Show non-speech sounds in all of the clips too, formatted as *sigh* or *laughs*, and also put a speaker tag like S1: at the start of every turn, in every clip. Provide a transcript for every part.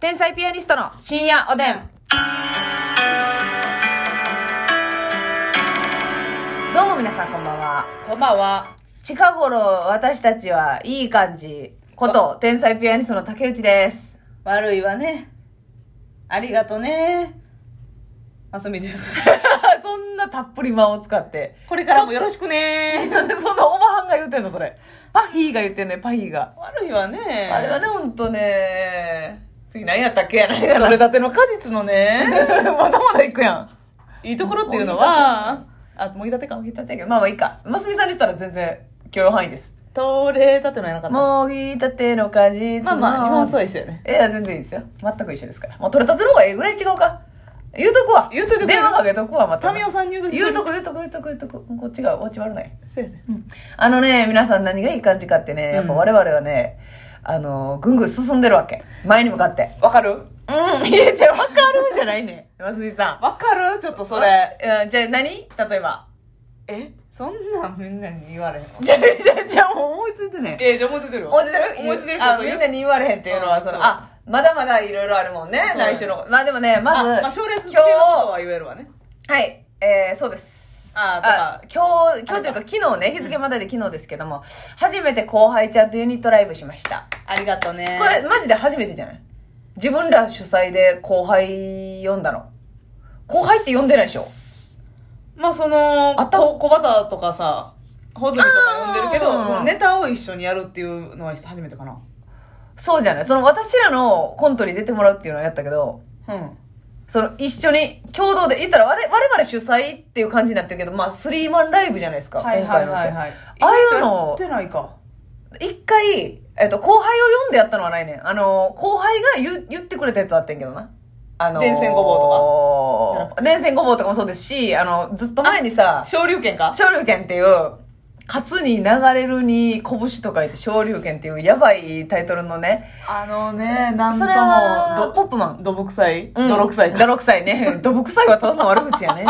S1: 天才ピアニストの深夜おでん。どうも皆さんこんばんは。
S2: こんばんは。
S1: 近頃私たちはいい感じこと天才ピアニストの竹内です。 *laughs*
S2: 悪いわね。ありがとね。マスミ *laughs* です。
S1: そんなたっぷり間を使って。
S2: これからもよろしくね。
S1: なんでそんなおばはんが言うてんのそれ。パヒーが言ってんのよ、パヒーが。
S2: 悪いわね。
S1: あれはね、ほんとね。次何やったっけやないか
S2: 取
S1: ら。
S2: れ
S1: ま
S2: たての果実の *laughs* ね、
S1: だ *laughs* まだ行くやん。
S2: いいところっていうのは、あ、もぎたてか。
S1: もぎたてやけど、まあまあいいか。ますみさんにしたら全然許容範囲です。
S2: 取れたてのやなかった。
S1: もぎたての果実の。
S2: まあまあ、日本そうでしたよね。
S1: いや、全然いいですよ。全く一緒ですから。もう取れたての方がええぐらい違うか。言うとくわ。
S2: 言うとく
S1: 電話かけとくわ、また。
S2: 民生さんに言うとき
S1: 言うとく、言うとく、言うとく、言うとく。こっちが、こっち悪ない。
S2: そうやね。
S1: うん。あのね、皆さん何がいい感じかってね、やっぱ我々はね、あの、ぐんぐん進んでるわけ。前に向かって。
S2: わかる
S1: うん。 *laughs* いや、じゃあわかるんじゃないね。ますみさん。
S2: わかるちょっとそれ。
S1: うん、じゃあ何例えば。
S2: えそんなんみんなに言われへんわ。
S1: じゃあ、じゃあ、じゃあもう思いついてね。
S2: え、じゃあもうちょっとる
S1: 思いついてる
S2: 思いついてる
S1: あ
S2: そう
S1: み
S2: 言
S1: ん
S2: う
S1: なに言われへんっていうのは、
S2: うん
S1: その、
S2: そう
S1: あ、まだまだいろいろあるもんね
S2: そ、う
S1: 内緒のこと。まあでもね、ま
S2: あ
S1: ず、
S2: まあ、賞レース
S1: 今
S2: 的
S1: 日
S2: なことは言えるわね。
S1: はい、えー、そうです。
S2: あと
S1: あ
S2: か、
S1: 今日、今日というか昨日ね、日付またいで昨日ですけども、初めて後輩ちゃんとユニットライブしました。
S2: ありがとね。
S1: これ、マジで初めてじゃない自分ら主催で後輩呼んだの。後輩って呼んでないでしょ
S2: まあその、
S1: あった
S2: こ小畑とかさ、ホズミとか呼んでるけど、
S1: あー
S2: そのネタを一緒にやるっていうのは初めてかな。
S1: そうじゃないその私らのコントに出てもらうっていうのをやったけど、
S2: うん。
S1: その一緒に共同で言ったら我々我々主催っていう感じになってるけどまあスリーマンライブじゃないですか、
S2: はいはいはい
S1: 今
S2: はい。
S1: ああいうの
S2: やってないか。
S1: 回のって一回、えっと、後輩を読んでやったのはないねんあのー後輩が言う言ってくれたやつあってんけどなあのー
S2: 電線ごぼうとかじゃなく
S1: 電線ごぼうとかもそうですしあのずっと前にさ
S2: 昇竜拳か
S1: 昇竜拳っていう勝つに流れるに拳と書いて昇竜拳っていうやばいタイトルのね
S2: あのね、なん
S1: それは
S2: とも、
S1: ポップマン
S2: ど、泥臭い
S1: うん
S2: 泥臭いか。
S1: 泥臭い
S2: *laughs*
S1: ね。泥臭いはただの悪口やね。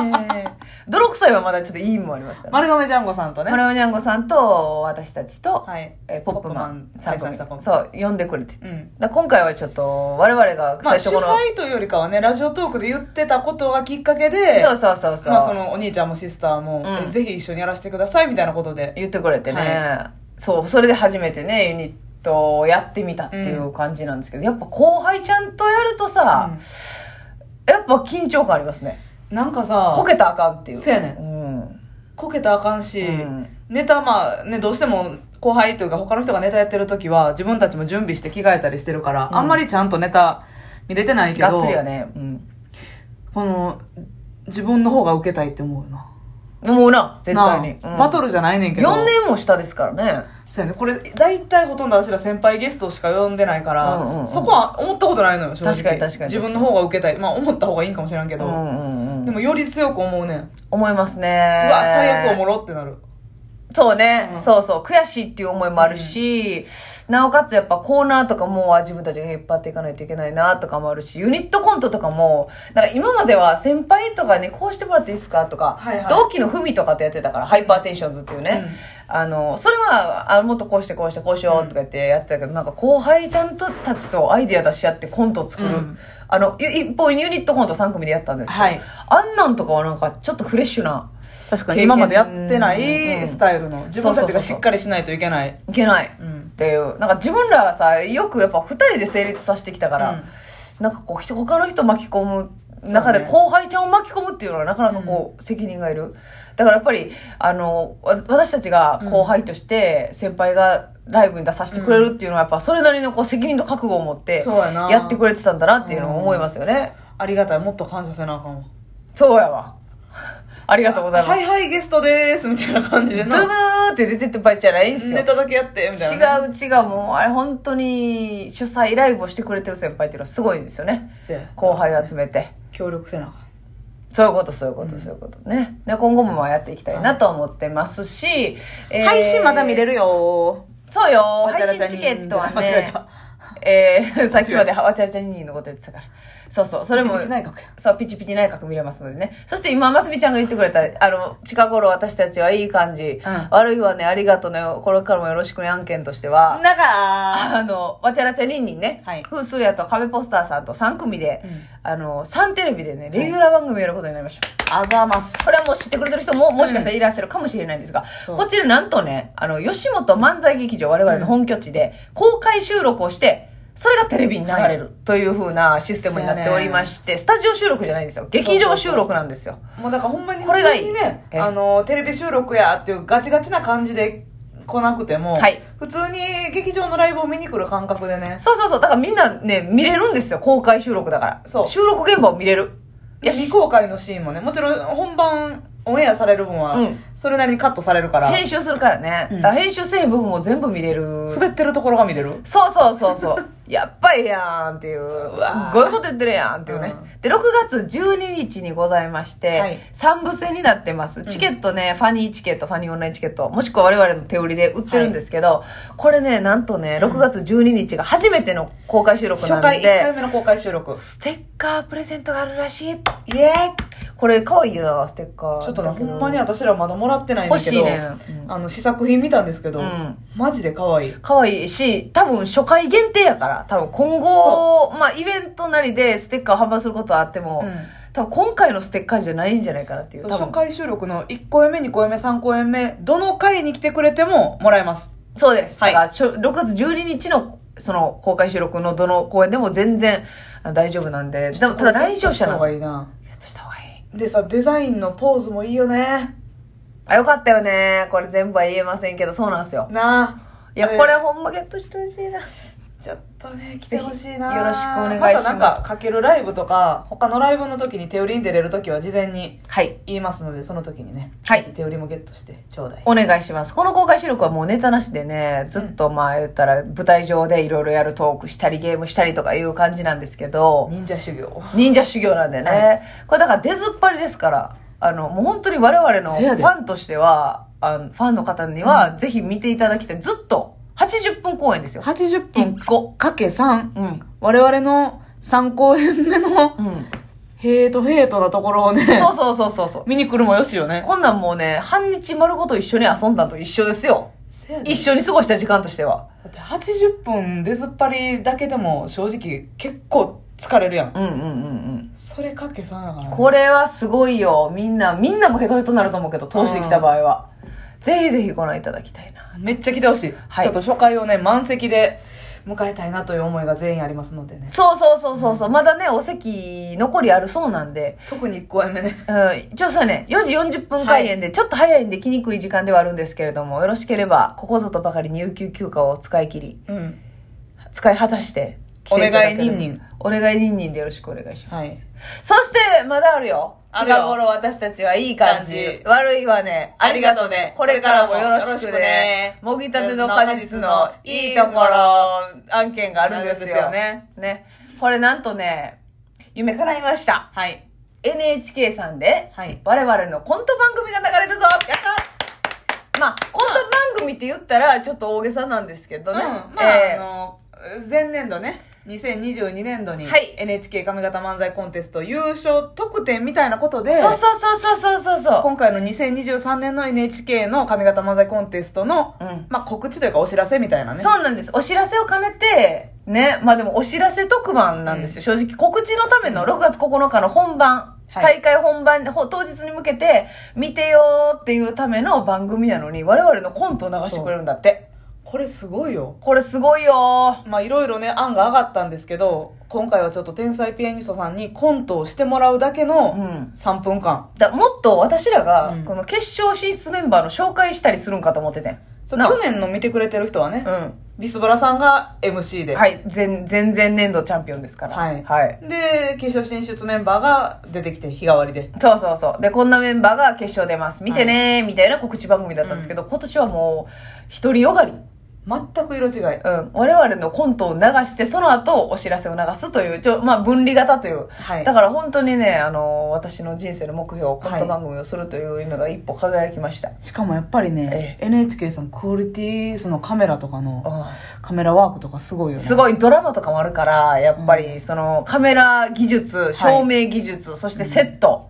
S1: 泥臭いはまだちょっといいもありますから、ね。
S2: 丸亀ジャンゴさんとね
S1: マ。ルオニャンゴさんと私たちと、
S2: はい。
S1: えーポップマン
S2: ポップマン解散
S1: 3
S2: したコ
S1: 組。
S2: ンビ
S1: そう、呼んでくれてて。
S2: うん。
S1: だから今回はちょっと、我々が
S2: まあ
S1: 最
S2: 主
S1: 初この、
S2: 催というよりかはね、ラジオトークで言ってたことがきっかけで、
S1: そうそうそうそう、
S2: まあそのお兄ちゃんもシスターも、
S1: うん
S2: えぜひ一緒にやらせてくださいみたいなことで。
S1: 言ってくれてね、
S2: は
S1: そう、それで初めてね、ユニットをやってみたっていう感じなんですけど、やっぱ後輩ちゃんとやるとさ、やっぱ緊張感ありますね。
S2: うんなんかさ、
S1: こけたらあかんっていう。
S2: そうやねん
S1: うん。
S2: こけたらあかんし、
S1: うん
S2: ネタまあねどうしても後輩というか他の人がネタやってる時は自分たちも準備して着替えたりしてるから、
S1: うん
S2: あんまりちゃんとネタ見れてないけ
S1: が
S2: ど
S1: っつりはね。うん。
S2: この自分の方が受けたいって思うよな
S1: 思うな、絶対に。
S2: なあバト
S1: ル
S2: ルじゃないねんけど
S1: 4年も下ですからね。
S2: そうやねこれ大体ほとんど私ら先輩ゲストしか呼んでないから、
S1: うんうんうん
S2: そこは思ったことないのよ正直
S1: 確かに確かに
S2: 自分の方が受けたいまあ思った方がいいんかもしれんけ
S1: う
S2: ど、
S1: んうんうん。
S2: でもより強く思うねん、
S1: 思いますね。
S2: うわ最悪おもろってなる
S1: そうね、
S2: うん
S1: そうそう、悔しいっていう思いもあるし、なおかつやっぱコーナーとかも自分たちが引っ張っていかないといけないなとかもあるし、ユニットコントとかも、なんか今までは先輩とかにこうしてもらっていいですかとか、
S2: はいはい
S1: 同期のふみとかとやってたから、ハイパーテンションズっていうね、あの、それは、あもっとこうしてこうしてこうしようとか言ってやってたけど、なんか後輩ちゃんとたちとアイデア出し合ってコントを作る。
S2: うん
S1: あの、ゆ一方ユニットコント3組でやったんですけど、
S2: はい
S1: あんなんとかはなんかちょっとフレッシュな、
S2: 確か
S1: 経験
S2: に今までやってな
S1: うん
S2: いスタイルの自分たちがしっかりしないといけない
S1: いけない。
S2: うん
S1: っていうなんか自分らはさよくやっぱ2人で成立させてきたから、
S2: うん
S1: なんかこう人他の人巻き込む中で
S2: そうね
S1: 後輩ちゃんを巻き込むっていうのはなかなかこう、責任がいるだからやっぱりあのわ私たちが後輩として先輩がライブに出させてくれるっていうのはやっぱそれなりのこう責任と覚悟を持って
S2: そうやな
S1: やってくれてたんだなっていうのを思いますよね、
S2: ありがたいもっと感謝せなあかんわ
S1: そうやわありがとうございます、
S2: はいはいゲストでーすみたいな感じで
S1: ドゥブ
S2: な
S1: ーって出てってばいじゃないんですよ
S2: ネタだけやってみた
S1: 違
S2: いなね
S1: う違うもうあれ本当に主催ライブをしてくれてる先輩っていうのはすごいんですよね
S2: せや
S1: 後輩集めて
S2: 協力せなあかん
S1: そういうことそういうことそういうことねで今後もまあやっていきたいなと思ってますし、えー
S2: 配信まだ見れるよ
S1: そうよ
S2: ーわちゃ
S1: 配
S2: らちゃ
S1: 信
S2: に
S1: チケットは
S2: 間違え
S1: ね
S2: た
S1: えー、さっきまでわちゃわちゃにのことやってたから。そうそう、それも
S2: うち、内閣や。
S1: そう、ピチピチ内閣見れますのでね。そして今、ますみちゃんが言ってくれた、あの、近頃私たちはいい感じ。
S2: ん
S1: 悪いわね、ありがとうね、これからもよろしくね、案件としては。
S2: なんか、
S1: あの、わちゃらちゃりんりんね、
S2: はい
S1: 風水屋と壁ポスターさんと3組で、
S2: うん
S1: あの、3テレビでね、レギュラー番組をやることになりました。
S2: あざます。
S1: これはもう知ってくれてる人も、もしかしたらいらっしゃるかもしれないんですが、
S2: そう
S1: こちらなんとね、あの、吉本漫才劇場、我々の本拠地で、公開収録をして、それがテレビに流れるというふうなシステムになっておりまして、スタジオ収録じゃないんですよ。劇場収録なんですよ。
S2: もうだからほんまに
S1: こ
S2: 普
S1: れがいい
S2: 通にね、
S1: え
S2: あの、テレビ収録やっていうガチガチな感じで来なくても、
S1: はい
S2: 普通に劇場のライブを見に来る感覚でね、
S1: そうそうそう。だからみんなね、見れるんですよ。公開収録だから。
S2: そう
S1: 収録現場を見れる。いや、
S2: 未公開のシーンもね、もちろん本番オンエアされる分は
S1: うん、
S2: それなりにカットされるから、
S1: 編集するからね。
S2: うん
S1: だから編集せえへん部分も全部見れる。
S2: 滑ってるところが見れる。
S1: そうそうそう
S2: *laughs*
S1: そう。やっぱりやんっていう。す
S2: わ
S1: っごいこと言ってるやんっていうね。で、6月12日にございまして、
S2: はい
S1: 3部制になってます。チケットね、ファニーチケット、ファニーオンラインチケット、もしくは我々の手売りで売ってるんですけど、これね、なんとね、6月12日が初めての公開収録
S2: 初
S1: なん
S2: 回1回
S1: で、
S2: 目の公開収録。
S1: ステッカープレゼントがあるらしい。
S2: イエーイ
S1: これ、可愛いよな、ステッカー。
S2: ちょっとね、
S1: だけ
S2: ほ
S1: ど
S2: んまに私らまだもらってないんだ
S1: 欲
S2: け
S1: しい
S2: ど、
S1: ね。うん
S2: あの、試作品見たんですけど、
S1: うん
S2: マジで可愛い。
S1: 可愛いし、多分初回限定やから、多分今後、まあイベントなりでステッカー販売することはあっても、多分今回のステッカーじゃないんじゃないかなっていう。
S2: そう
S1: 多
S2: 初
S1: 分
S2: 回収録の1公演目、2公演目、3公演目、どの回に来てくれてももらえます。
S1: そうです。
S2: はい
S1: だからしょ6月12日のその公開収録のどの公演でも全然あ大丈夫なんで、でもただ来場者なんです
S2: いいな。
S1: よ。やっとした方がいい。
S2: でさ、デザインのポーズもいいよね。
S1: あ、よかったよね。これ全部は言えませんけど、そうなんですよ。
S2: なあ。
S1: いや、
S2: ね
S1: これほんまゲットしてほしいな。
S2: ちょっとね、来てほしいな。
S1: ぜひよろしくお願いします
S2: またなんか、かけるライブとか、他のライブの時に手売りに出れる時は事前に
S1: はい。
S2: 言いますので、その時にね、
S1: はい
S2: ぜひ手売りもゲットしてちょうだい。
S1: お願いします。この公開収録はもうネタなしでね、ずっとまあ言ったら舞台上でいろいろやるトークしたりゲームしたりとかいう感じなんですけど、
S2: 忍者修行。
S1: 忍者修行なんでね、
S2: は
S1: これだから出ずっぱりですから、あの、もう本当に我々の
S2: せ
S1: フ
S2: やで
S1: ァンとしては、あのファンの方にはぜひ見ていただきたい。ずっと80分公演ですよ。
S2: 80
S1: 1個。
S2: かけ3。
S1: うん。
S2: 我々の3公演目の
S1: うん。
S2: ヘイトヘイトなところをね、
S1: そうそうそうそうそう。
S2: 見に来るもよしよね。
S1: こんなんもうね、半日丸ごと一緒に遊んだのと一緒ですよ。一緒に過ごした時間としては。
S2: だって80分出ずっぱりだけでも正直結構疲れるやん。
S1: うんうんうんうん。
S2: それかけさんやから、ね。
S1: これはすごいよ。みんな、みんなもヘトヘトになると思うけど、通してきた場合は。ぜひぜひご覧いただきたいな。
S2: めっちゃ来てほしい,、
S1: はい
S2: ちょっと初回をね、満席で迎えたいなという思いが全員ありますのでね。
S1: そうそうそうそうそう。まだね、お席残りあるそうなんで。
S2: 特に1公演目ね。
S1: うん、一応さね、4時40分開演で、ちょっと早いんで来にくい時間ではあるんですけれども、よろしければ、ここぞとばかり入給休暇を使い切り、
S2: うん。
S1: 使い果たして来
S2: お
S1: ていただ
S2: 願い
S1: ければ
S2: ニンニン。
S1: お願いニンニンでよろしくお願いします。
S2: はい。
S1: そして、まだあるよ。
S2: あるよ
S1: 近頃私たちはいい感じ。
S2: 感じ
S1: 悪いわね。
S2: ありがとうね
S1: これからもよろし
S2: よろし
S1: く
S2: く
S1: ね
S2: ね。
S1: もぎたての果実のいいところ、案件があ
S2: あ
S1: る
S2: る
S1: ん
S2: ん
S1: で
S2: ですす
S1: よ
S2: よ
S1: ね。
S2: ね。
S1: ね。これなんとね、夢叶いました。
S2: はい。
S1: NHK さんで、
S2: はい。
S1: 我々のコント番組が流れるぞ
S2: やった
S1: まあ、コント番組って言ったらちょっと大げさなんですけど
S2: うん。
S1: ね。
S2: まあ、
S1: えー
S2: あの、前年度ね。2022年度に
S1: はい
S2: NHK 上方漫才コンテスト優勝特典みたいなことで、
S1: そうそうそうそうそうそうそ
S2: 今回の2023年の NHK の上方漫才コンテストの、
S1: う。うん。
S2: まあ、告知というかお知らせみたいなね。
S1: そうなんです。お知らせを兼ねて、ね。まあでもお知らせ特番なんですよ。正直告知のための6月9日の本番、
S2: はい
S1: 大会本番、ほ当日に向けて見てよーっていうための番組なのに、我々のコントを流してくれるんだって。
S2: これすごいよ。
S1: これすごいよ
S2: まあいろいろね、案が上がったんですけど、今回はちょっと天才ピアニストさんにコントをしてもらうだけ
S1: ー。う
S2: の
S1: ん。
S2: 3分間。
S1: だもっと私らが
S2: うん、
S1: この決勝進出メンバーの紹介したりするんかと思っててん。
S2: そう
S1: な
S2: 去年の見てくれてる人はね、
S1: う
S2: ビスブラさんが MC で、
S1: ん。はい。前、前々年度チャンピオンですから。
S2: はい
S1: はい。
S2: で、決勝進出メンバーが出てきて日替わりで。
S1: そうそうそう。で、こんなメンバーが決勝出ます。見てねー、みたいな告知番組だったんですけど、今年はもう、一人よがり。
S2: 全く色違い。
S1: うん、我々のコントを流して、その後お知らせを流すという、ちょまあ、分離型という。
S2: はい。
S1: だから本当にね、あの、私の人生の目標、コン
S2: はい
S1: ト番組をするという夢が一歩輝きました。
S2: しかもやっぱりね、NHK さんクオリティ、そのカメラとかの、
S1: うん
S2: カメラワークとかすごいよね。
S1: すごいドラマとかもあるから、やっぱりそのカメラ技術、照明技術、そしてセット。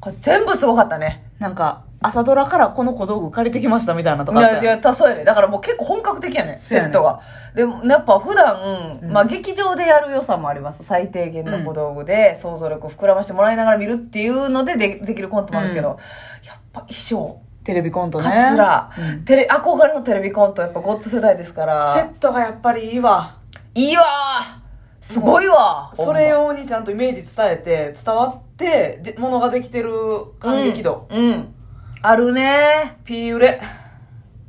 S1: これ全部すごかったね。
S2: なんか、朝ドラからこの小道具借りてきましたみたいなと
S1: い
S2: かあった
S1: や、
S2: よ
S1: いや、たそうやね。だからもう結構本格的やね、
S2: そう
S1: セ
S2: やね
S1: ットが。でも、やっぱ普段、
S2: うん
S1: まあ劇場でやる良さもあります。最低限の小道具で想像力を膨らましてもらいながら見るっていうのででできるコントもあるんですけど、やっぱ衣装、
S2: テレビコント
S1: カ
S2: ね。
S1: ツラ、
S2: うん
S1: テレ、憧れのテレビコント、やっぱゴッツ世代ですか
S2: セ
S1: ら、
S2: ットがやっぱりいいわ。
S1: いいわーすごいわ
S2: それ用にちゃんとイメージ伝えて、伝わって、でものができてる感激度。
S1: うん、うん、あるね
S2: ピー売れ。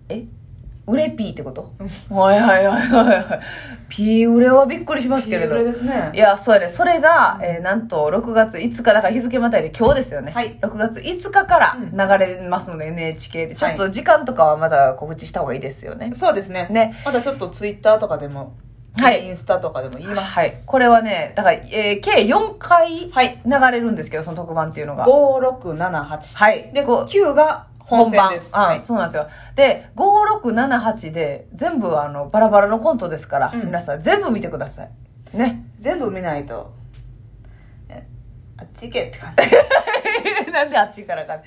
S1: え売れピーってことはいはいはいはいはいピー売れはびっくりします
S2: ピ
S1: けれ
S2: ー
S1: ど
S2: 売れですね
S1: い。やそうやねそれが、えーなんと6月5日だから日付またいで今日ですよね、
S2: はい
S1: 6月5日から流れますので、NHK でちょっと時間とかはまだ告知した方がいいですよね、
S2: そうですね。
S1: ね
S2: まだちょっとツイッターとかでも、
S1: はい
S2: インスタとかでも言います。
S1: はいこれはねだから、えー計4回
S2: はい。
S1: 流れるんですけどその特番っていうのが
S2: 5678。
S1: はい
S2: で、
S1: こう
S2: 9が本戦で
S1: 本
S2: す。
S1: 番、
S2: は
S1: う
S2: い
S1: ん、そうなんですよ。で、5678で、全部あの、バラバラのコントですから、
S2: うん
S1: 皆さん全部見てください。ね。
S2: 全部見ないと、えあっち行けって感じ。
S1: *laughs* なんであっちからか。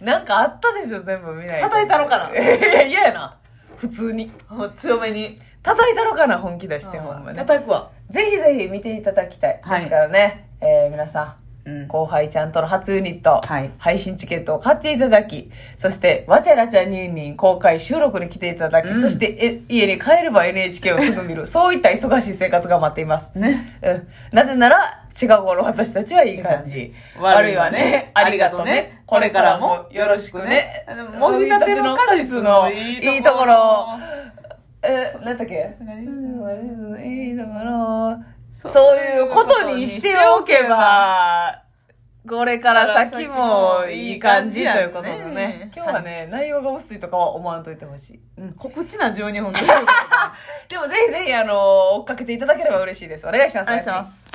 S1: なんかあったでしょ、全部見ないと。
S2: 叩いたのかない
S1: や、嫌やな。普通に。
S2: もう強めに。
S1: 叩いたのかな、本気出して、ほんまね。
S2: 叩くわ。
S1: ぜひぜひ見ていただきたい。ですからね、えー皆さ
S2: うん
S1: ん、後輩ちゃんとの初ユニット、
S2: はい
S1: 配信チケットを買っていただき、そして、わちゃらちゃにゅんにん公開収録に来ていただき、
S2: うん
S1: そしてえ、家に帰れば NHK をすぐ見る、そういった忙しい生活が待っています。
S2: ね。
S1: うん、なぜなら、違う頃私たちはいい感じ。
S2: 悪いわね。ありがとうね。これからもよろしくね。もぎたての果実のい
S1: い
S2: い
S1: い
S2: と
S1: と
S2: こ
S1: こ
S2: ろ
S1: ろ。え、なんだっけうんいいところ。
S2: そう
S1: そういうことにしておけば、これから先もいい感じということで
S2: いい感じやね
S1: ね。今日はね、内容が薄いとかは思わんといてほしい。うん。
S2: 告知な12分 *laughs*
S1: でもぜひぜひ、あの、追っかけていただければ嬉しいです。お願いします。
S2: お願いします。